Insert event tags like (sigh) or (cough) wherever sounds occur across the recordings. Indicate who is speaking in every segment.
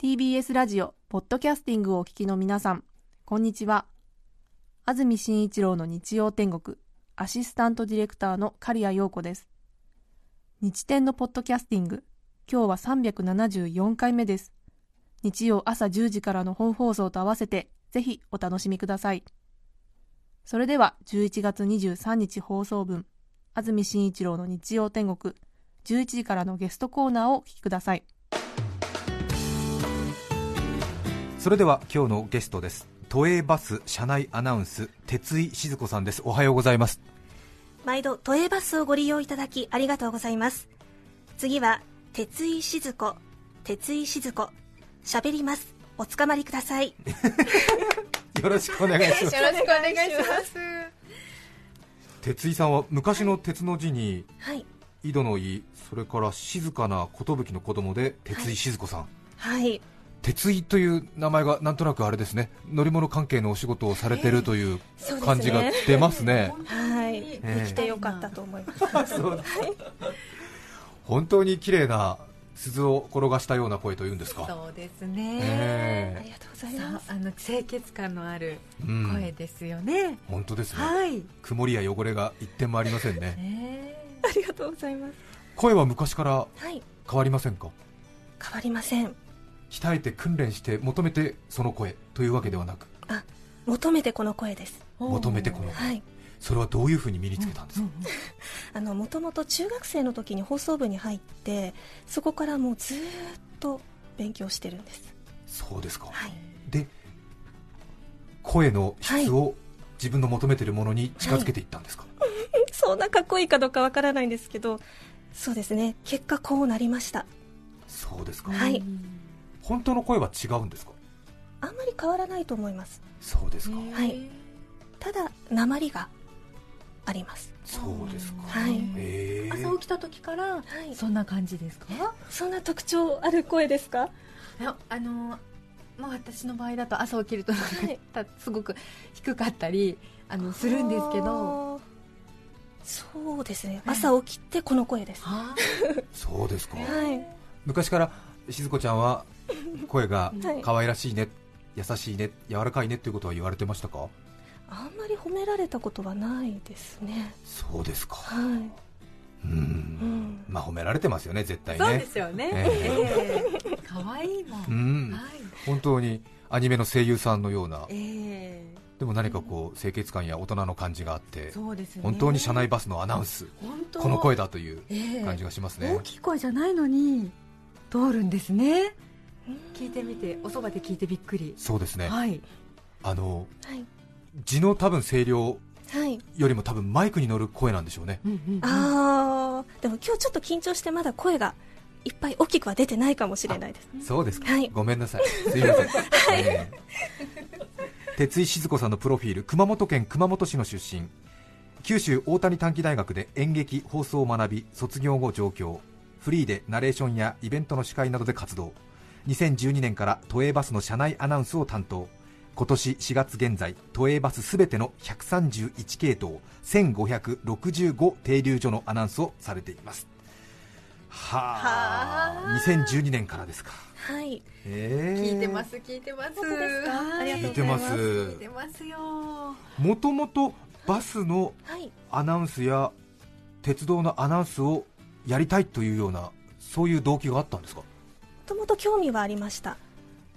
Speaker 1: TBS ラジオポッドキャスティングをお聞きの皆さんこんにちは安住紳一郎の日曜天国アシスタントディレクターの刈谷陽子です日天のポッドキャスティング今日は374回目です日曜朝10時からの本放送と合わせてぜひお楽しみくださいそれでは11月23日放送分安住紳一郎の日曜天国11時からのゲストコーナーをお聞きください
Speaker 2: それでは今日のゲストです都営バス車内アナウンス鉄井静子さんですおはようございます
Speaker 3: 毎度都営バスをご利用いただきありがとうございます次は鉄井静子鉄井静子しゃべりますおつかまりください
Speaker 2: よろしくお願いしま
Speaker 4: よ
Speaker 2: す
Speaker 4: ろしくお願いします。
Speaker 2: 鉄井さんは昔の鉄の字に
Speaker 3: はい
Speaker 2: 井戸の井それから静かな寿の子供で鉄井静子さん、
Speaker 3: はい
Speaker 2: 鉄井という名前がなんとなくあれですね乗り物関係のお仕事をされてるという
Speaker 3: そうですね
Speaker 2: 感じが出ますね、
Speaker 3: はい
Speaker 2: ええ
Speaker 3: できてよかったと思います、
Speaker 2: 本当に綺麗な鈴を転がしたような声というんですか、
Speaker 4: そうですね。
Speaker 2: え
Speaker 3: ありがとうござい
Speaker 4: さ
Speaker 3: ます
Speaker 4: あの清潔感のある
Speaker 2: えうん
Speaker 4: 声ですよね。
Speaker 2: 本当ですね、
Speaker 4: はい。
Speaker 2: 曇りや汚れが一点もありませんね
Speaker 4: ね
Speaker 3: ありがとうございます
Speaker 2: 声は昔から
Speaker 3: はい
Speaker 2: 変わりませんか
Speaker 3: 変わりません
Speaker 2: 鍛えて訓練して求めてその声というわけではなく
Speaker 3: 求めてこの声です
Speaker 2: 求めてこの
Speaker 3: はい
Speaker 2: それはどういうふうに身につけたんですか、
Speaker 3: あのもともと中学生の時に放送部に入ってそこからもうずーっと勉強してるんです
Speaker 2: そうですか
Speaker 3: はい
Speaker 2: で声の質を自分の求めてるものに近づけていったんですか、
Speaker 3: (laughs) そんなかっこいいかどうかわからないんですけどそうですね結果こうなりました
Speaker 2: そうですか、
Speaker 3: はい
Speaker 4: うん
Speaker 2: 本当の声は違うんですか
Speaker 3: あんまり変わらないと思います
Speaker 2: そうですか、
Speaker 4: ね
Speaker 3: はいただ鉛があります
Speaker 2: そうですか
Speaker 3: はい
Speaker 2: ええ
Speaker 4: 朝起きた時から
Speaker 3: はい
Speaker 4: そんな感じですか？
Speaker 3: そんな特徴ある声ですか
Speaker 4: いやあのまあ私の場合だと朝起きると
Speaker 3: い
Speaker 4: たすごく低かったりあのするんですけど。
Speaker 3: あーそうですね朝起きてこの声です
Speaker 4: は
Speaker 2: そうですか、
Speaker 3: はい
Speaker 2: 昔から静子ちゃんは声が
Speaker 3: はい
Speaker 2: 可愛らしいね優しいね柔らかいねということは言われてましたか
Speaker 3: あんまり褒められたことはないですね
Speaker 2: そうですか
Speaker 3: は
Speaker 2: う
Speaker 3: い、
Speaker 2: ん、
Speaker 3: うん、
Speaker 2: まあ褒められてますよね絶対ね
Speaker 4: そうですよね。
Speaker 2: え
Speaker 4: ええ可愛いも。
Speaker 2: うんん
Speaker 4: はい。
Speaker 2: 本当にアニメの声優さんのような
Speaker 4: ええ
Speaker 2: でも何かこう清潔感や大人の感じがあって
Speaker 4: そうですね。
Speaker 2: 本当に車内バスのアナウンス
Speaker 4: 本当
Speaker 2: この声だという
Speaker 4: ええ
Speaker 2: 感じがしますね
Speaker 4: 大きい声じゃないのに通るんですね聞いてみて
Speaker 3: うん
Speaker 4: おそばで聞いてびっくり、
Speaker 2: そうですね
Speaker 4: はい
Speaker 2: あの
Speaker 3: はい
Speaker 2: 字の多分声量
Speaker 3: はい
Speaker 2: よりも多分マイクに乗る声なんでしょうね
Speaker 4: うんうんうん
Speaker 3: あーでも今日ちょっと緊張してまだ声がいっぱい大きくは出てないかもしれないです
Speaker 2: そうですか、
Speaker 3: はい
Speaker 2: ごめんなさい、すいません、えー鉄井静子さんのプロフィール、熊本県熊本市の出身、九州大谷短期大学で演劇、放送を学び、卒業後上京、フリーでナレーションやイベントの司会などで活動、2012年から都営バスの車内アナウンスを担当。今年4月現在、都営バスすべての131系統1565停留所のアナウンスをされています。はあ、2012年からですか。
Speaker 3: はい
Speaker 2: 聞
Speaker 4: 聞いてます聞いてます
Speaker 3: 本当ですか
Speaker 4: はい
Speaker 3: ありがと
Speaker 2: 聞
Speaker 3: う
Speaker 2: いてま
Speaker 3: ございますす
Speaker 4: 聞いてますよ
Speaker 2: もともとバスの
Speaker 3: はい
Speaker 2: アナウンスや鉄道のアナウンスをやりたいというようなそういう動機があったんですか
Speaker 3: もともと興味はありました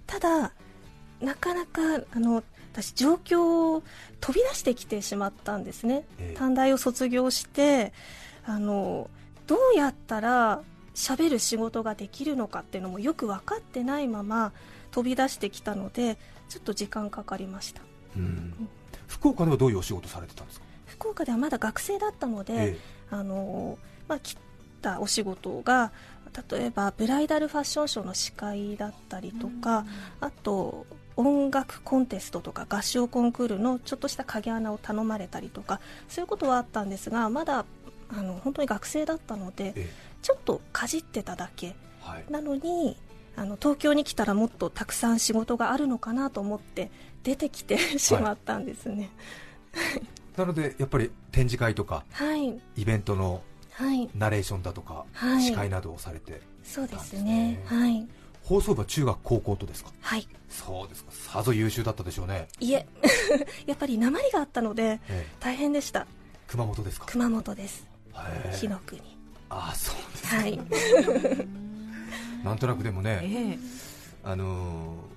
Speaker 3: ただなかなかあの私状況を飛び出してきてしまったんですね
Speaker 2: ええ
Speaker 3: 短大を卒業してあのどうやったら喋る仕事ができるのかっていうのもよく分かってないまま飛び出してきたのでちょっと時間かかりました
Speaker 2: うん福岡ではどういうお仕事されてたんですか
Speaker 3: 福岡ではまだ学生だったので、
Speaker 2: え
Speaker 3: あのまあ、切ったお仕事が例えばブライダルファッションショーの司会だったりとか、あと音楽コンテストとか合唱コンクールのちょっとした影穴を頼まれたりとかそういうことはあったんですがまだあの本当に学生だったので
Speaker 2: ええ
Speaker 3: ちょっとかじってただけ
Speaker 2: えはい
Speaker 3: なのにあの東京に来たらもっとたくさん仕事があるのかなと思って出てきてしまったんですね。
Speaker 2: なのでやっぱり展示会とか
Speaker 3: はい
Speaker 2: イベントの
Speaker 3: はい
Speaker 2: ナレーションだとか、
Speaker 3: はい
Speaker 2: 司会などをされて
Speaker 3: そうです
Speaker 2: なん
Speaker 3: ね
Speaker 2: です
Speaker 3: はい
Speaker 2: 放送部は中学高校とですか
Speaker 3: はい
Speaker 2: そうですかさぞ優秀だったでしょうね、
Speaker 3: いえ (laughs) やっぱり鉛があったので
Speaker 2: ええ
Speaker 3: 大変でした
Speaker 2: 熊本ですか
Speaker 3: 熊本です
Speaker 2: へえ
Speaker 3: 火の国
Speaker 2: ああそうですか、 (laughs)
Speaker 3: はい
Speaker 2: なんとなくでもね、
Speaker 4: え
Speaker 2: あのー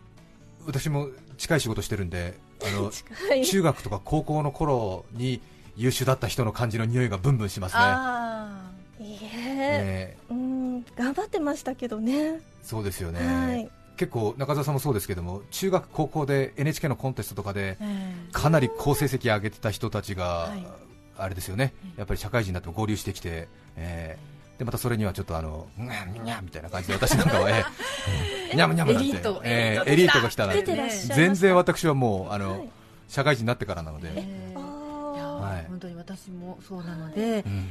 Speaker 2: 私も近い仕事してるんであの
Speaker 3: はい
Speaker 2: 中学とか高校の頃に優秀だった人の感じの匂いがブンブンしますね
Speaker 4: あ
Speaker 3: い
Speaker 2: ね
Speaker 3: え
Speaker 2: え
Speaker 3: うん頑張ってましたけどね
Speaker 2: そうですよね、
Speaker 3: はい
Speaker 2: 結構中澤さんもそうですけども中学高校で NHK のコンテストとかで
Speaker 4: あ、え
Speaker 2: かなり好成績上げてた人たちが、
Speaker 4: はい
Speaker 2: あれですよね
Speaker 4: うん
Speaker 2: やっぱり社会人になっても合流してきて、えーでまたそれにはちょっとあのにゃんにゃんみたいな感じで私なんかは、えー、にゃむにゃむなんて
Speaker 4: エリート
Speaker 2: えーエ
Speaker 4: エ
Speaker 2: リ
Speaker 4: リ
Speaker 2: ー
Speaker 4: ート
Speaker 2: ト
Speaker 4: が
Speaker 2: が来
Speaker 4: 来
Speaker 2: た
Speaker 4: た
Speaker 2: な
Speaker 3: 出てらっしゃいました
Speaker 2: 全然私はもうあの、
Speaker 3: はい
Speaker 2: 社会人になってからなので、
Speaker 4: えいやー
Speaker 3: あ
Speaker 2: はい
Speaker 4: 本当に私もそうなので、
Speaker 2: うん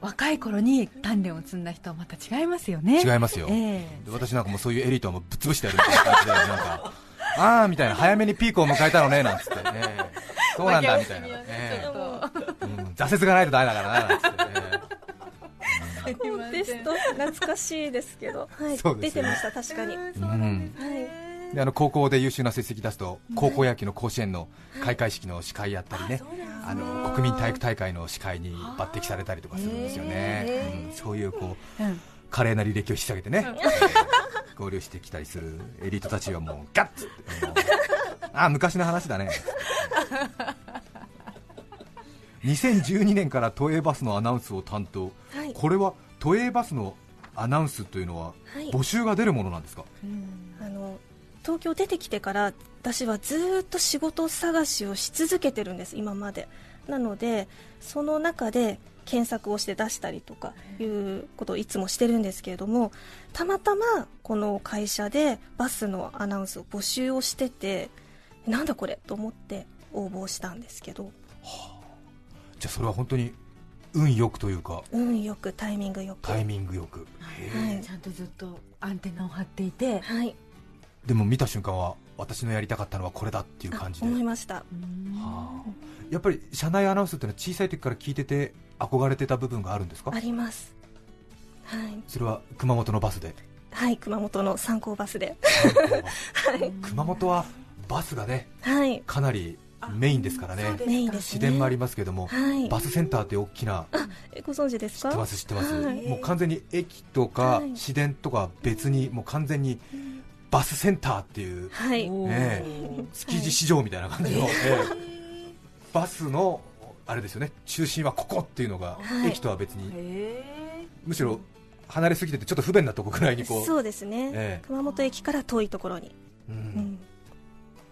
Speaker 4: 若い頃に鍛錬を積んだ人はまた違いますよね
Speaker 2: 違いますよ、
Speaker 4: ええ
Speaker 2: で私なんかもうそういうエリートはもうぶっ潰してやるみたいな感じで、なんか、あーみたいな、早めにピークを迎えたのねなんつって、ええそうなんだみたいな、え
Speaker 4: ちょっと
Speaker 2: えうん挫折がないとダメだからななんつって、
Speaker 3: あコンテスト懐かしいですけど、はい
Speaker 2: そうです
Speaker 3: 出
Speaker 2: よね
Speaker 3: てました確かに、
Speaker 4: ええ
Speaker 2: う
Speaker 4: そ
Speaker 2: ん
Speaker 4: うなんですね、
Speaker 2: ええであの高校で優秀な成績出すと、高校野球の甲子園の開会式の司会やったりね、あの国民体育大会の司会に抜擢されたりとかするんですよね、
Speaker 4: へえ
Speaker 2: うんそういうこう
Speaker 4: うん
Speaker 2: 華麗な履歴を引き下げてね、ええ合流してきたりするエリートたちはもう、ガッつって、もうあー昔の話だね。2012年から都営バスのアナウンスを担当、
Speaker 3: はい
Speaker 2: これは都営バスのアナウンスというのは
Speaker 3: はい
Speaker 2: 募集が出るものなんですか、
Speaker 3: あの東京出てきてから私はずーっと仕事探しをし続けてるんです今までなのでその中で検索をして出したりとかいうことをいつもしてるんですけれどもたまたまこの会社でバスのアナウンスを募集をしててなんだこれと思って応募したんですけど
Speaker 2: じゃあそれは本当に運よくというか
Speaker 3: 運よくタイミングよく
Speaker 2: タイミングよく、
Speaker 3: は
Speaker 2: へ
Speaker 3: い
Speaker 4: ちゃんとずっとアンテナを張っていて、
Speaker 3: はい
Speaker 2: えでも見た瞬間は私のやりたかったのはこれだっていう
Speaker 3: あ
Speaker 2: 感じで、
Speaker 3: 思い
Speaker 2: は
Speaker 3: ました
Speaker 2: あ、やっぱり社内アナウンスっていうのは小さい時から聞いてて憧れてた部分があるんですか
Speaker 3: ありますはい、
Speaker 2: それは熊本のバスで
Speaker 3: はい、熊本の参考バスで
Speaker 4: い
Speaker 2: 熊本はバスがね
Speaker 3: はい
Speaker 2: かなりメインですからね
Speaker 4: そうです
Speaker 3: メインです
Speaker 2: 市
Speaker 3: ね
Speaker 2: 電もありますけども、
Speaker 3: はい
Speaker 2: バスセンターって大きな
Speaker 3: えご存知です
Speaker 2: 知っ
Speaker 3: か
Speaker 2: てます知ってます、
Speaker 3: はい
Speaker 2: もう完全に駅とか
Speaker 3: はい
Speaker 2: 市電とか別にもう完全にバスセンターっていう
Speaker 3: はい
Speaker 4: おー
Speaker 2: ね築地市場みたいな感じの、ええバスのあれですよね中心はここっていうのが
Speaker 3: はい
Speaker 2: 駅とは別に、
Speaker 4: へえ
Speaker 2: むしろ離れすぎててちょっと不便なとこぐらいにこう
Speaker 3: そうですね、
Speaker 2: ええ
Speaker 3: 熊本駅から遠いところに、
Speaker 2: う
Speaker 3: うんん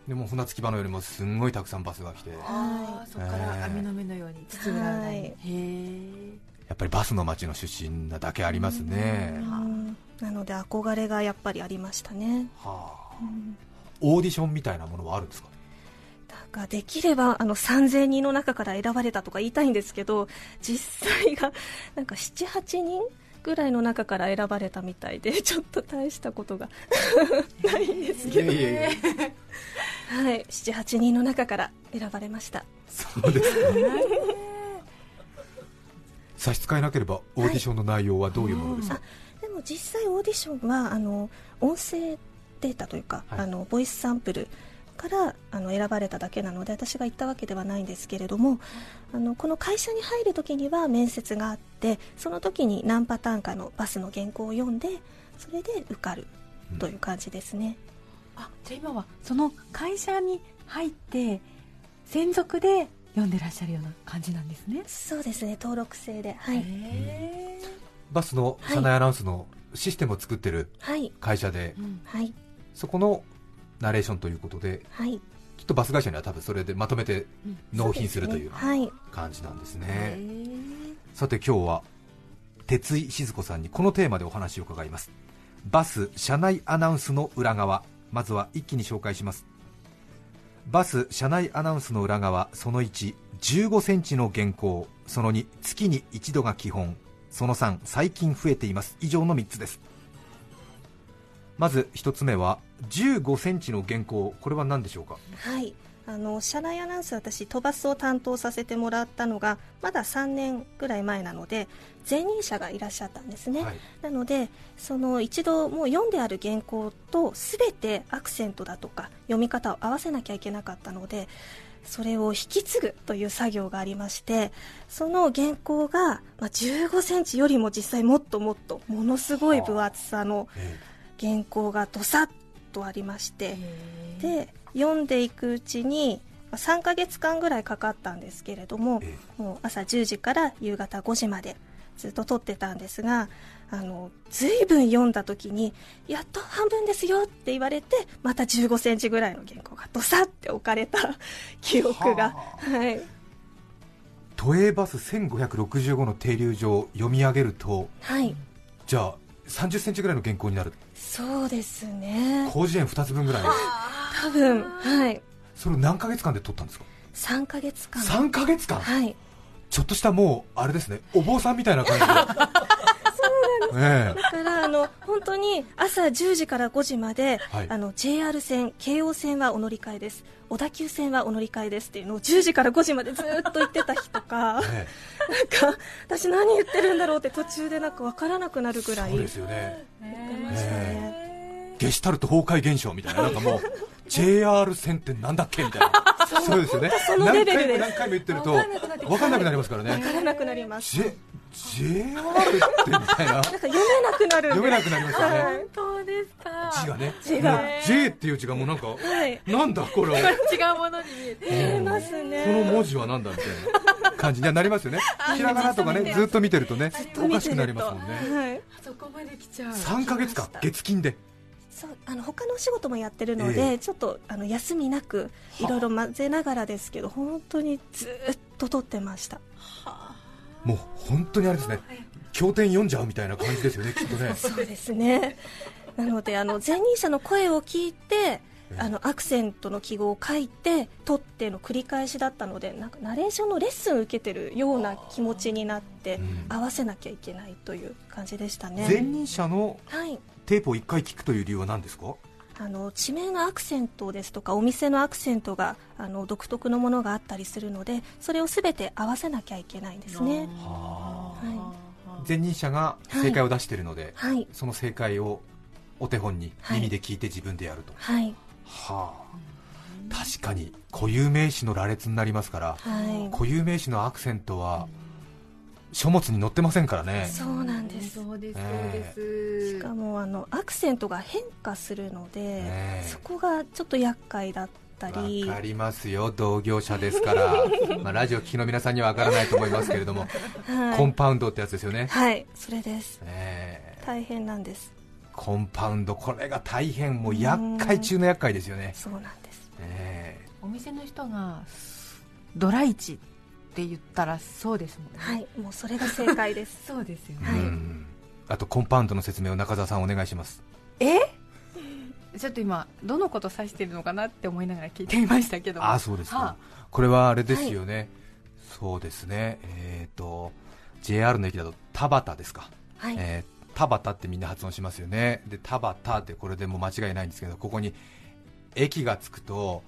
Speaker 2: でも船着き場のよりもすんごいたくさんバスが来てや
Speaker 4: あ
Speaker 3: は
Speaker 4: あそこから網の目のように土浦の
Speaker 3: はい
Speaker 4: へえ
Speaker 2: っぱりバスの町の出身なだけありますね、
Speaker 4: う
Speaker 2: は
Speaker 3: うんなので憧れがやっぱりありましたね、
Speaker 2: あ
Speaker 3: うん
Speaker 2: オーディションみたいなものはあるんですか
Speaker 3: だからできればあの3000人の中から選ばれたとか言いたいんですけど実際が (laughs) なんか78人ぐらいの中から選ばれたみたいで (laughs) ちょっと大したことが (laughs) ないんですけど、
Speaker 2: いやいやいや
Speaker 3: はい、78人の中から選ばれました
Speaker 2: そうですか差し支えなければオーディションの内容はどういうものですか、
Speaker 3: でも実際オーディションはあの音声データというか、
Speaker 2: はい
Speaker 3: あのボイスサンプルからあの選ばれただけなので私が行ったわけではないんですけれどもあのこの会社に入る時には面接があってその時に何パターンかのバスの原稿を読んでそれで受かるという感じですね、
Speaker 4: あじゃあ今はその会社に入って専属で読んでらっしゃるような感じなんですね
Speaker 3: そうですね登録制ではい、
Speaker 4: へ
Speaker 2: バスの車内アナウンスのシステムを作ってる
Speaker 3: はい
Speaker 2: 会社で
Speaker 4: え、うん
Speaker 3: はい
Speaker 2: そこのナレーションということで
Speaker 3: はい
Speaker 2: きっとバス会社には多分それでまとめて
Speaker 4: うん
Speaker 2: 納品するという
Speaker 3: そうですねはい
Speaker 2: 感じなんですね
Speaker 4: へえ
Speaker 2: さて今日は哲井静子さんにこのテーマでお話を伺いますバス車内アナウンスの裏側まずは一気に紹介しますバス車内アナウンスの裏側その1 15センチの原稿その2月に一度が基本その3最近増えています以上の3つですまず1つ目は15センチの原稿これは何でしょうか
Speaker 3: はい、あの社内アナウンス私飛ばすを担当させてもらったのがまだ3年ぐらい前なので前任者がいらっしゃったんですね、
Speaker 2: はい
Speaker 3: なのでその一度もう読んである原稿と全てアクセントだとか読み方を合わせなきゃいけなかったのでそれを引き継ぐという作業がありましてその原稿が、まあ、15センチよりも実際もっともっとものすごい分厚さの
Speaker 2: え
Speaker 3: 原稿がどさっとありまして。で読んでいくうちにまあ3ヶ月間ぐらいかかったんですけれども
Speaker 2: ええ
Speaker 3: もう朝10時から夕方5時までずっと撮ってたんですがあの随分読んだ時にやっと半分ですよって言われてまた1 5センチぐらいの原稿がドサって置かれた (laughs) 記憶が、はい
Speaker 2: 都営バス1565の停留所を読み上げると
Speaker 3: はい、
Speaker 2: じゃあ3 0ンチぐらいの原稿になる
Speaker 3: そうですね
Speaker 2: 広辞苑2つ分ぐらい
Speaker 3: 多分、はい、
Speaker 2: それを何ヶ月間で撮ったんですか
Speaker 3: 3ヶ月間
Speaker 2: 3ヶ月間
Speaker 3: はい
Speaker 2: ちょっとしたもうあれですねお坊さんみたいな感じでええ
Speaker 3: だからあの本当に朝10時から5時まで、
Speaker 2: はい
Speaker 3: あの JR 線、京王線はお乗り換えです、小田急線はお乗り換えですっていうのを10時から5時までずっと言ってた日とか
Speaker 2: え
Speaker 3: なんか私、何言ってるんだろうって途中でなんか分からなくな
Speaker 2: え
Speaker 3: るぐらい
Speaker 2: そう
Speaker 3: 言
Speaker 2: で
Speaker 3: っ
Speaker 2: すよね
Speaker 3: てましたね。
Speaker 2: ゲシュタルト崩壊現象みたいななんかもう JR 線ってなんだっけみたいなそうですよね
Speaker 3: そのレベルで
Speaker 2: 何回
Speaker 3: す
Speaker 2: も何回も言ってると
Speaker 4: わかんなくなってきた
Speaker 2: 分かんなくなりますからね
Speaker 3: 分からなくなります。
Speaker 2: J JR ってみたいな
Speaker 3: なんか読めなくなるん
Speaker 2: 読
Speaker 3: で
Speaker 2: めなくなりますよね
Speaker 3: はい
Speaker 4: 本当ですか
Speaker 2: 字がね
Speaker 3: 字が
Speaker 2: もう J っていう字がもうなんか
Speaker 3: はい。
Speaker 2: なんだこれは
Speaker 4: 違うものに見えて
Speaker 3: 見えますね。
Speaker 2: この文字はなんだみたいな感じにはなりますよねひらがなとかねずっと見てるとね
Speaker 3: ずっと
Speaker 2: お
Speaker 3: 見
Speaker 2: か
Speaker 3: て
Speaker 2: し
Speaker 3: る
Speaker 2: く
Speaker 3: と
Speaker 2: なりますもんね
Speaker 3: はい。
Speaker 4: そこまで来ちゃう
Speaker 2: 3ヶ月間
Speaker 3: 来ました
Speaker 2: 月金で
Speaker 3: そうあの他のお仕事もやってるので、
Speaker 2: ええ
Speaker 3: ちょっとあの休みなくいろいろ混ぜながらですけど本当にずっと撮ってました
Speaker 2: もう本当にあれですね経典読んじゃうみたいな感じですよねきっとね
Speaker 3: そうですねなのであの前任者の声を聞いて
Speaker 2: え
Speaker 3: あのアクセントの記号を書いて撮っての繰り返しだったのでなんかナレーションのレッスンを受けてるような気持ちになって
Speaker 2: うん
Speaker 3: 合わせなきゃいけないという感じでした
Speaker 2: 前
Speaker 3: ね、
Speaker 2: 任者の
Speaker 3: はい、
Speaker 2: テープを1回聞くという理由は何ですか
Speaker 3: あの地名のアクセントですとかお店のアクセントがあの独特のものがあったりするのでそれをすべて合わせなきゃいけないんですね
Speaker 2: 前任者が正解を出しているので、
Speaker 3: はい
Speaker 2: その正解をお手本に
Speaker 3: はい
Speaker 2: 耳で聞いて自分でやると、
Speaker 3: はい
Speaker 2: はあ、確かに固有名詞の羅列になりますから、
Speaker 3: は
Speaker 2: 固有名詞のアクセントは書物に載ってませんから
Speaker 3: い
Speaker 2: ね、
Speaker 3: そうなんです
Speaker 4: そうですそう
Speaker 2: ええ
Speaker 4: です
Speaker 3: しかもあのアクセントが変化するので、
Speaker 2: ねえ
Speaker 3: そこがちょっと厄介だったり
Speaker 2: わかりますよ、同業者です
Speaker 3: (laughs)
Speaker 2: から、まあ、ラジオ聞きの皆さんにはわからないと思いますけれども、
Speaker 3: は
Speaker 2: コ
Speaker 3: い
Speaker 2: ン、パウンドってやつですよね。
Speaker 3: はい、それです
Speaker 2: ええ
Speaker 3: 大変なんです
Speaker 2: コンパウンド、これが大変、もう厄介中の厄介ですよね、
Speaker 3: そうなんです
Speaker 2: ええ
Speaker 4: お店の人がドライチって言ったらそうですもんね
Speaker 3: はいもうそれが正解です
Speaker 4: そうですよ
Speaker 3: はい
Speaker 2: うんあとコンパウンドの説明を中澤さん、お願いします。
Speaker 4: えちょっと今どのこと指してるのかなって思いながら聞いてみましたけども
Speaker 2: あそうですか、
Speaker 4: は
Speaker 2: これはあれですよね、そうですね、えー、と JR の駅だと田端ですか、
Speaker 3: は
Speaker 2: (laughs)
Speaker 3: い、
Speaker 2: えー田端ってみんな発音しますよね、で田端ってこれでもう間違いないんですけど、ここに駅がつくと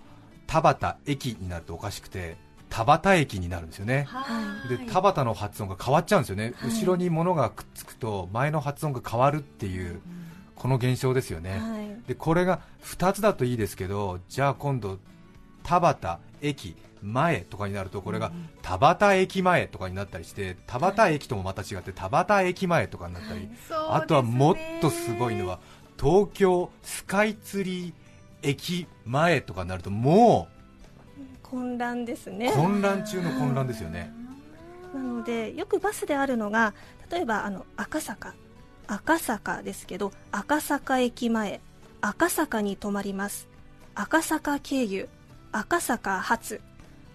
Speaker 2: 田端駅になるとおかしくて、田端駅になるんですよね。
Speaker 4: は
Speaker 2: で
Speaker 4: い
Speaker 2: 田端の発音が変わっちゃうんですよね、
Speaker 3: はい
Speaker 2: 後ろに物がくっつくと前の発音が変わるっていう、この現象ですよね、
Speaker 3: はい
Speaker 2: でこれが2つだといいですけどじゃあ今度田端駅前とかになるとこれが田端駅前とかになったりして田端駅ともまた違って田端駅前とかになったり、あとはもっとすごいのは東京スカイツリー駅前とかになるとも
Speaker 3: 混乱です
Speaker 2: う
Speaker 3: ね
Speaker 2: 混乱中の混乱ですよね
Speaker 3: なのでよくバスであるのが例えばあの赤坂赤坂ですけど赤坂駅前赤坂に泊まります赤坂経由赤坂発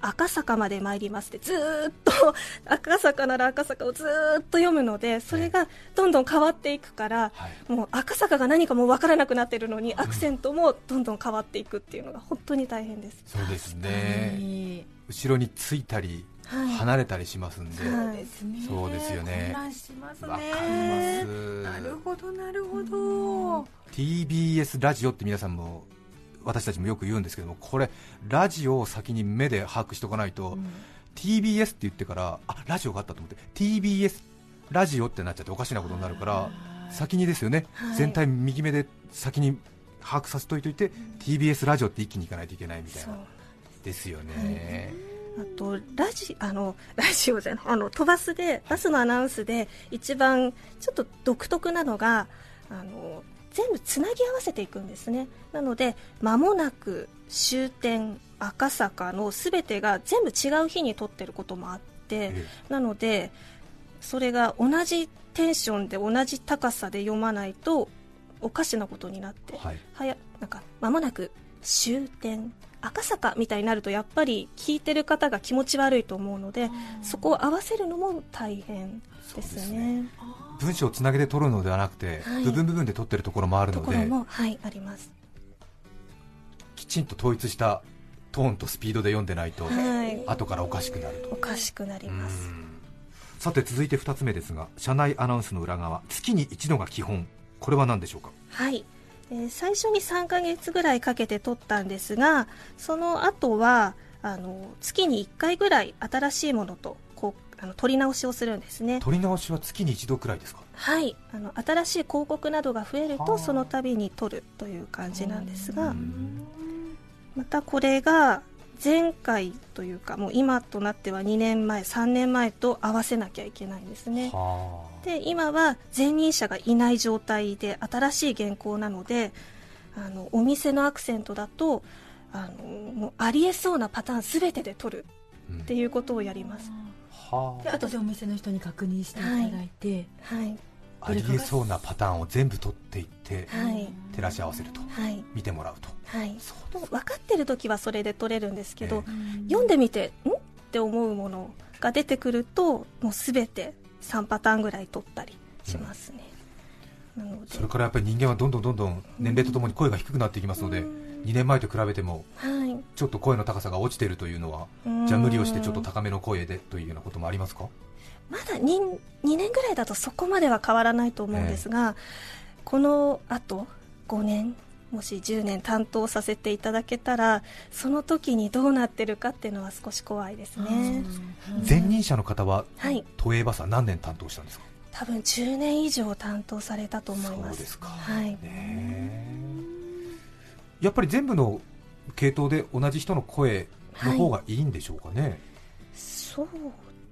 Speaker 3: 赤坂まで参りますってずーっと (laughs) 赤坂なら赤坂をずーっと読むのでそれがどんどん変わっていくから
Speaker 2: はい
Speaker 3: もう赤坂が何かもう分からなくなってるのにアクセントもどんどん変わっていくっていうのが本当に大変です。
Speaker 2: そうです
Speaker 4: 確か
Speaker 2: ね
Speaker 4: に
Speaker 2: 後ろについたり
Speaker 3: はい
Speaker 2: 離れたりしますんで、
Speaker 3: は
Speaker 4: そ
Speaker 3: いう
Speaker 4: ですね
Speaker 2: そうですよね
Speaker 4: 混乱しますね
Speaker 2: わかります
Speaker 4: なるほどなるほど
Speaker 2: TBS ラジオって皆さんも私たちもよく言うんですけどもこれラジオを先に目で把握しておかないと、
Speaker 4: うん
Speaker 2: TBS って言ってからあラジオがあったと思って TBS ラジオってなっちゃっておかしなことになるから先にですよね、
Speaker 3: はい
Speaker 2: 全体右目で先に把握させておいておいて、TBS ラジオって一気に行かないといけないみたい
Speaker 3: そう
Speaker 2: なですよね、
Speaker 3: あとラジあの (laughs) ラジオじゃないあの飛ばすでバスのアナウンスで一番ちょっと独特なのがあの全部つなぎ合わせていくんですねなので間もなく終点赤坂のすべてが全部違う日に撮ってることもあって、
Speaker 2: え
Speaker 3: なのでそれが同じテンションで同じ高さで読まないとおかしなことになって、
Speaker 2: えはい
Speaker 3: はやなんか間もなく終点赤坂みたいになるとやっぱり聞いてる方が気持ち悪いと思うのでそこを合わせるのも大変
Speaker 2: そうで
Speaker 3: で
Speaker 2: すすね
Speaker 3: ね
Speaker 2: 文章をつなげて取るのではなくて、
Speaker 3: はい
Speaker 2: 部分部分で取ってるところもある
Speaker 3: と
Speaker 2: の
Speaker 3: こ
Speaker 2: で
Speaker 3: ろもはいあります
Speaker 2: きちんと統一したトーンとスピードで読んでないと、
Speaker 3: はい
Speaker 2: 後からおかしくなると
Speaker 3: おかしくなります
Speaker 2: うんさて続いて2つ目ですが社内アナウンスの裏側月に一度が基本これは何でしょうか
Speaker 3: はい、えー最初に3ヶ月ぐらいかけて撮ったんですがその後はあの月に1回ぐらい新しいものとこうあの撮り直しをするんですね
Speaker 2: 取り直しは月に一度くらいですか
Speaker 3: はいあの新しい広告などが増える
Speaker 2: はあ
Speaker 3: とその度に撮るという感じなんですが、
Speaker 2: うん
Speaker 3: またこれが前回というかもう今となっては2年前3年前と合わせなきゃいけないんですね
Speaker 2: はあ
Speaker 3: で今は前任者がいない状態で新しい原稿なのであのお店のアクセントだとあのもうありえそうなパターン全てで取る
Speaker 2: うん
Speaker 3: っていうことをやります、
Speaker 2: は
Speaker 4: であとでお店の人に確認していただいて、
Speaker 3: はい
Speaker 2: あありえそうなパターンを全部取っていって
Speaker 3: はい
Speaker 2: 照らし合わせると
Speaker 3: はい
Speaker 2: 見てもらうと
Speaker 3: はい
Speaker 2: そ
Speaker 3: もう分かってる時はそれで取れるんですけど、
Speaker 2: え
Speaker 3: 読んでみてんって思うものが出てくるともう全て3パターンぐらい取ったりしますね、なので
Speaker 2: それからやっぱり人間はどんどんどんどん年齢とともに声が低くなっていきますので
Speaker 3: うん
Speaker 2: 2年前と比べても
Speaker 3: はい
Speaker 2: ちょっと声の高さが落ちているというのはじゃあ無理をしてちょっと高めの声でというようなこともありますか
Speaker 3: まだ 2, 2年ぐらいだとそこまでは変わらないと思うんですが、このあと5年もし10年担当させていただけたらその時にどうなってるかっていうのは少し怖いですね
Speaker 2: 前任者の方は
Speaker 3: はい
Speaker 2: 都営バスは何年担当したんですか
Speaker 3: 多分10年以上担当されたと思いま
Speaker 2: そ
Speaker 3: す
Speaker 2: うですか
Speaker 3: はい
Speaker 2: ねえやっぱり全部の系統で同じ人の声の方がいいんでしょうかね、
Speaker 3: そう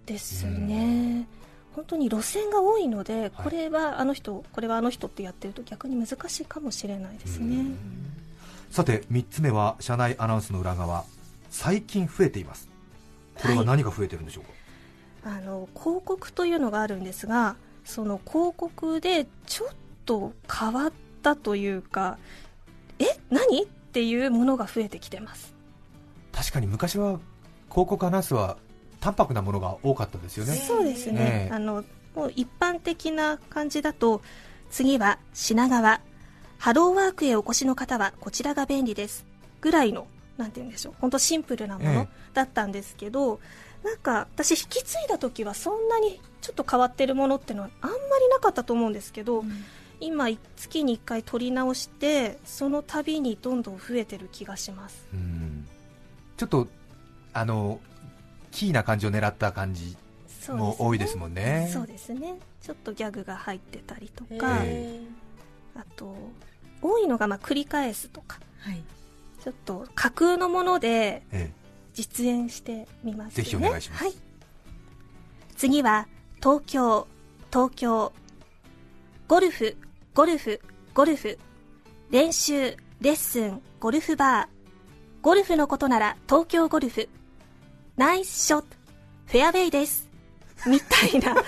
Speaker 3: ですね、本当に路線が多いので、これはあの人、これはあの人ってやってると逆に難しいかもしれないですね。
Speaker 2: さて3つ目は社内アナウンスの裏側最近増えていますこれは何が増えてるんでしょうか、
Speaker 3: あの広告というのがあるんですが、その広告でちょっと変わったというか、え何っていうものが増えてきてます。
Speaker 2: 確かに昔は広告アナウンスは淡白なものが多かったですよね
Speaker 3: そうです
Speaker 2: え
Speaker 3: ね。
Speaker 2: え
Speaker 3: あのもう一般的な感じだと、次は品川、ハローワークへお越しの方はこちらが便利ですぐらいのなんて言うんでしょう。本当シンプルなも
Speaker 2: え
Speaker 3: の
Speaker 2: え
Speaker 3: だったんですけど、なんか私引き継いだ時はそんなにちょっと変わってるものってのはあんまりなかったと思うんですけど、今月に1回取り直してその度にどんどん増えてる気がします。
Speaker 2: うんちょっとあのキーな感じを狙った感じ
Speaker 3: そう
Speaker 2: も多いですもんね
Speaker 3: そうですね。ちょっとギャグが入ってたりと
Speaker 4: え
Speaker 3: か。
Speaker 2: え
Speaker 3: あと多いのがまあ繰り返すとか
Speaker 4: はい
Speaker 3: ちょっと架空のもので
Speaker 2: え
Speaker 3: 実演してみます
Speaker 2: ぜ
Speaker 3: ね
Speaker 2: ひお願いします
Speaker 3: はい、次は東京東京ゴルフゴルフゴルフ練習レッスンゴルフバーゴルフのことなら東京ゴルフナイスショットフェアウェイですみたいなも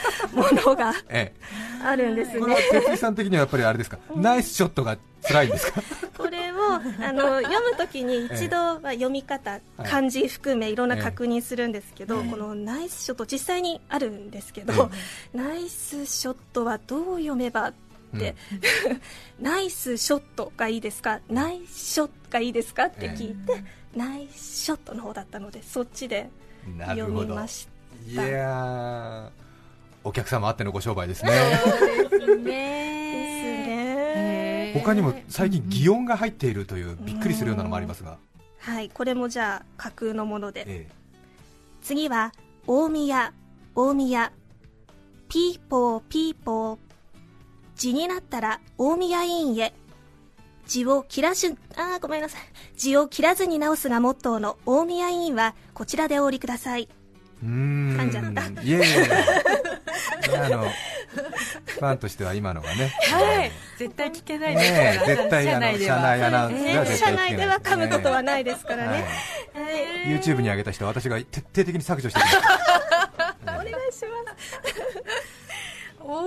Speaker 3: のが
Speaker 2: ええ
Speaker 3: あるんです
Speaker 2: え
Speaker 3: ね
Speaker 2: これは哲井さん的にはやっぱりあれですかナイスショットが辛いん
Speaker 3: (laughs)
Speaker 2: ですか
Speaker 3: これをあの読むときに一度、まあ、読み方、
Speaker 2: はい
Speaker 3: 漢字含めいろんな確認するんですけど、
Speaker 2: ええ
Speaker 3: このナイスショット実際にあるんですけど、ナイスショットはどう読めばって、ナイスショットがいいですかナイスショットがいいですかって聞いて、ナイスショットの方だったのでそっちで
Speaker 2: なる
Speaker 3: 読
Speaker 2: ほ
Speaker 3: み
Speaker 2: ど
Speaker 3: まし
Speaker 2: いやーお客様あってのご商売ですね
Speaker 4: そうです
Speaker 3: たです
Speaker 4: ね
Speaker 3: ね。
Speaker 2: 他にも最近擬音が入っているというびっくりするようなのもありますが、
Speaker 3: はい、これもじゃあ架空のもので、
Speaker 2: え
Speaker 3: 次は大宮大宮ピーポーピーポー地になったら大宮委員へ字を切らしあーごめんなさい字を切らずに直すがモットーの大宮委員はこちらでお降りください
Speaker 2: え、うーん
Speaker 3: 噛んじゃった
Speaker 2: いえいえい
Speaker 3: (laughs)
Speaker 2: えあのファンとしては今のがね、
Speaker 4: はい、絶対聞けないですから
Speaker 2: ね、え絶対
Speaker 4: 社
Speaker 2: あの
Speaker 4: 内では
Speaker 2: 社内アナウンスでは
Speaker 3: ね
Speaker 2: 絶
Speaker 3: 社
Speaker 2: 対聞け
Speaker 3: 内
Speaker 2: ない
Speaker 3: では噛むことはないですから
Speaker 2: はい
Speaker 3: ね、はい
Speaker 2: YouTube に上げた人は私が徹底的に削除してき
Speaker 3: (laughs)
Speaker 2: ましたお願いし
Speaker 4: お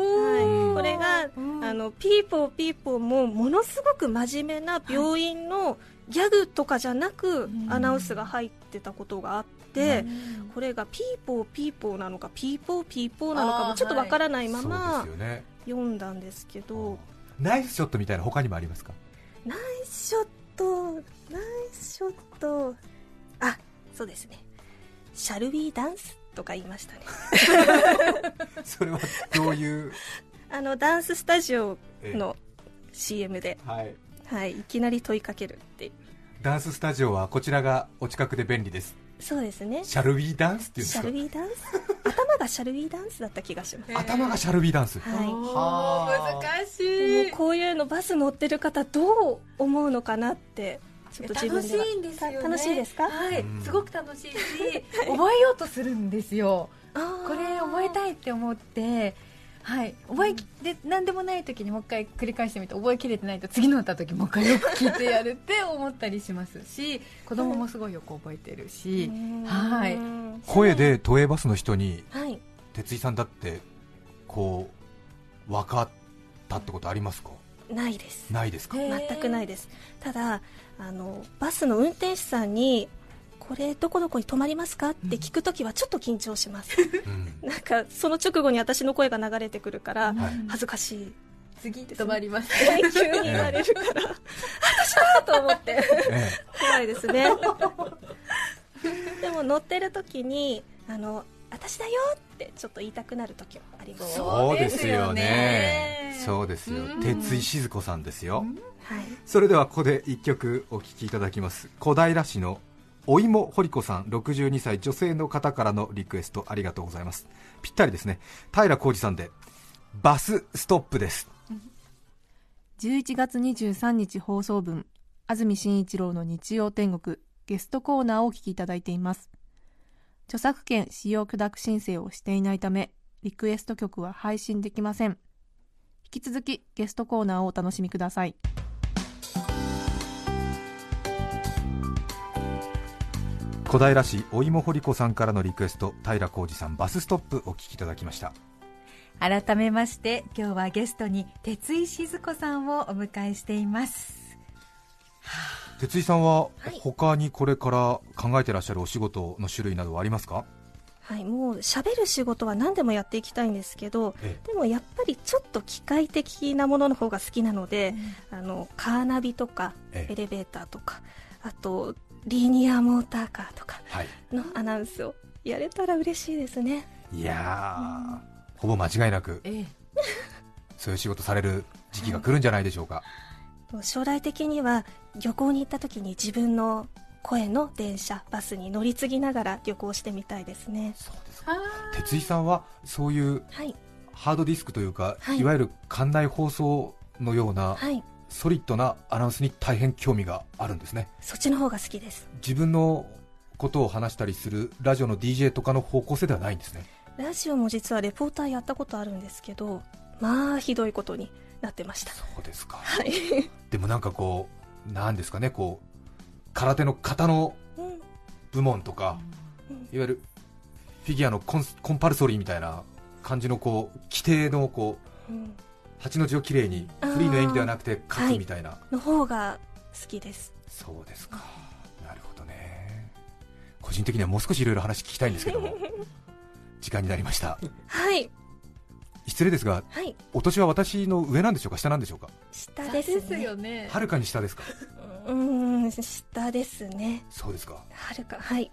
Speaker 4: ー
Speaker 3: これが
Speaker 4: うん
Speaker 3: あのピーポーピーポーもものすごく真面目な病院のギャグとかじゃなく
Speaker 4: ん
Speaker 3: アナウンスが入ってたことがあって、これがピーポーピーポーなのかピーポーピーポーなのか
Speaker 4: あ
Speaker 3: も
Speaker 4: ー
Speaker 3: ちょっとわからないま
Speaker 2: そう
Speaker 3: ま
Speaker 2: ですよね
Speaker 3: 読んだんですけど
Speaker 2: ナイスショットみたいな他にもありますか
Speaker 3: ナイスショットナイスショットあそうですね「シャルウィーダンス」とか言いま (laughs) したね
Speaker 2: それはどういう、
Speaker 3: あのダンススタジオ
Speaker 2: ええ
Speaker 3: の CM で、
Speaker 2: はい、
Speaker 3: はい、いきなり問いかけるっていう
Speaker 2: ダンススタジオはこちらがお近くで便利です
Speaker 3: そうですね
Speaker 2: シャルビーダンスっていうんで
Speaker 3: シ
Speaker 2: す
Speaker 3: ャ
Speaker 2: か
Speaker 3: ルウィーダンス頭がシャルウィーダンスだった気がします、
Speaker 2: 頭がシャルビーダンス、
Speaker 3: はい、も
Speaker 4: おー難し
Speaker 3: う
Speaker 4: い
Speaker 3: こういうのバス乗ってる方どう思うのかなってちょっと自
Speaker 4: 楽
Speaker 3: 分
Speaker 4: し
Speaker 3: ではい
Speaker 4: んですよね
Speaker 3: 楽しいですか
Speaker 4: はい
Speaker 2: うん
Speaker 4: すごく楽しいし覚えようとするんですよ
Speaker 3: あー
Speaker 4: これ覚えたいって思ってはい覚えきで何でもない時にもう一回繰り返してみて覚えきれてないと次の歌時もう一回よく聞いてやるって思ったりしますし子供もすごいよく覚えてるし
Speaker 3: うん
Speaker 4: はい
Speaker 2: 声で都営バスの人に
Speaker 3: はい
Speaker 2: 哲井さんだってこう分かったってことありますか
Speaker 3: ないです
Speaker 2: ないですか
Speaker 4: へー
Speaker 3: 全くないですただあのバスの運転手さんにこれどこどこに止まりますかって聞くときはちょっと緊張します
Speaker 4: (laughs)
Speaker 2: うん
Speaker 3: なんかその直後に私の声が流れてくるから
Speaker 2: はい
Speaker 4: うん
Speaker 3: 恥ずかし
Speaker 4: (laughs)
Speaker 3: い
Speaker 4: 次止まり
Speaker 3: (laughs)
Speaker 4: ます
Speaker 3: 急に言われるから私だと思って
Speaker 2: え
Speaker 3: 怖いです
Speaker 4: (laughs)
Speaker 3: ねでも乗ってる時にあの私だよってちょっと言いたくなる時もありま
Speaker 2: え
Speaker 3: す、は
Speaker 2: そうですよね
Speaker 4: そう
Speaker 2: そうですよ
Speaker 4: うん
Speaker 2: 哲井静子さんですよ
Speaker 3: い、
Speaker 2: それではここで一曲お聴きいただきます小平市のお芋堀子さん62歳女性の方からのリクエストありがとうございますぴったりですね平浩二さんでバスストップです
Speaker 1: 11月23日放送分安住紳一郎の日曜天国ゲストコーナーをお聞きいただいています著作権使用許諾申請をしていないためリクエスト曲は配信できません引き続きゲストコーナーをお楽しみください
Speaker 2: 小平市お芋堀子さんからのリクエスト平浩二さんバスストップお聴きいただきました
Speaker 5: 改めまして今日はゲストに鉄井静子さんをお迎えしています
Speaker 2: 哲井さんは
Speaker 3: はい
Speaker 2: 他にこれから考えてらっしゃるお仕事の種類などはありますか、
Speaker 3: はい、もう喋る仕事は何でもやっていきたいんですけど
Speaker 2: え
Speaker 3: でもやっぱりちょっと機械的なものの方が好きなので、あのカーナビとか
Speaker 2: ええ
Speaker 3: エレベーターとかあとリニアモーターカーとか
Speaker 2: はい、
Speaker 3: のアナウンスをやれたら嬉しいですね
Speaker 2: いやーほぼ間違いなく
Speaker 4: ええ
Speaker 2: そういう仕事される時期が来るんじゃないでしょうか、
Speaker 3: 将来的には旅行に行った時に自分の声の電車バスに乗り継ぎながら旅行してみたいですね
Speaker 2: そうです
Speaker 4: あ
Speaker 2: 哲井さんはそういう
Speaker 3: はい
Speaker 2: ハードディスクというか、、
Speaker 3: はいい
Speaker 2: わゆる館内放送のような
Speaker 3: はい
Speaker 2: ソリッドなアナウンスに大変興味があるんですね
Speaker 3: そっちの方が好きです
Speaker 2: 自分のことを話したりするラジオの DJ とかの方向性ではないんですね
Speaker 3: ラジオも実はレポーターやったことあるんですけどまあひどいことになってました
Speaker 2: そうですか
Speaker 3: はい、
Speaker 2: でもなんかこうなんですかねこう空手の型の
Speaker 3: うん、
Speaker 2: 部門とか
Speaker 3: うん
Speaker 2: いわゆるフィギュアのコンスコンパルソリーみたいな感じのこう規定のこう
Speaker 3: うん、
Speaker 2: 八の字をきれいに
Speaker 3: あー
Speaker 2: フリーの演技ではなくて書
Speaker 3: は
Speaker 2: く
Speaker 3: い
Speaker 2: みたいな、
Speaker 3: の方が好きです
Speaker 2: そうですかなるほどね個人的にはもう少しいろいろ話聞きたいんですけども時間になりました
Speaker 3: はい
Speaker 2: 失礼ですが
Speaker 3: はい
Speaker 2: お年は私の上なんでしょうか下なんでしょうか
Speaker 3: 下
Speaker 4: あ
Speaker 3: ですね
Speaker 4: ね
Speaker 2: はるかに下ですか
Speaker 3: うーん下ですね
Speaker 2: そうですか
Speaker 3: はるかはい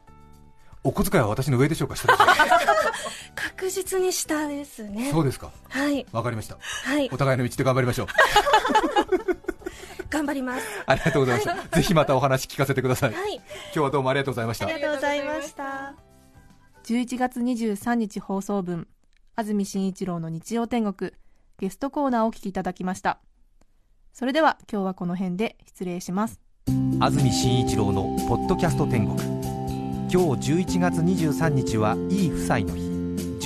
Speaker 2: お小遣いは私の上でしょうか下でしょうか
Speaker 3: 確実に下ですね
Speaker 2: そうですか
Speaker 3: はい
Speaker 2: わかりました
Speaker 3: はい
Speaker 2: お互いの道で頑張りましょう
Speaker 3: 頑張ります。
Speaker 2: ありがとうございました、ぜひまたお話聞かせてください、今
Speaker 3: はい、
Speaker 2: 日はどうもありがとうございまし
Speaker 3: あ
Speaker 2: た
Speaker 3: り。がとうございました。
Speaker 1: 11月23日放送分安住紳一郎の日曜天国ゲストコーナーをお聞きいただきましたそれでは今日はこの辺で失礼します
Speaker 2: 安住紳一郎の「ポッドキャスト天国」今日11月23日はいい夫妻の日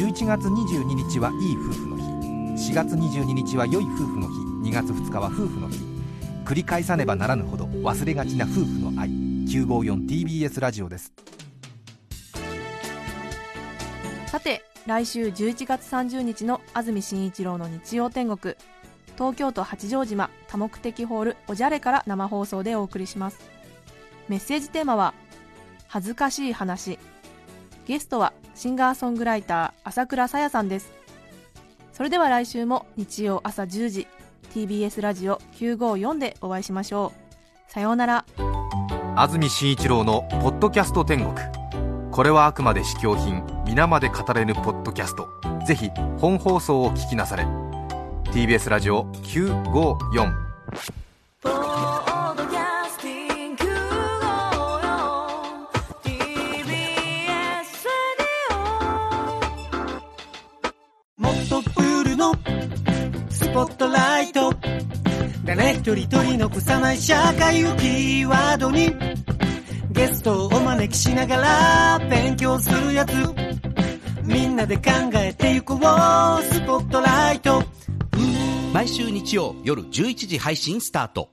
Speaker 2: 11月22日はいい夫婦の日4月22日は良い夫婦の日2月2日は夫婦の日繰り返さねばならぬほど忘れがちな夫婦の愛 954TBS ラジオです
Speaker 1: さて来週11月30日の安住紳一郎の日曜天国東京都八丈島多目的ホールおじゃれから生放送でお送りしますメッセージテーマは「恥ずかしい話」ゲストはシンガーソングライター朝倉さやさんですそれでは来週も日曜朝10時 TBS ラジオ954でお会いしましょうさようなら
Speaker 2: 安住紳一郎の「ポッドキャスト天国」これはあくまで試供品皆まで語れぬポッドキャストぜひ本放送を聞きなされ TBS ラジオ954
Speaker 6: もっとプールのスポットライト誰一人取り残さない社会をキーワードにゲストをお招きしながら勉強するやつみんなで考えてゆこうスポットライト
Speaker 7: 毎週日曜夜11時配信スタート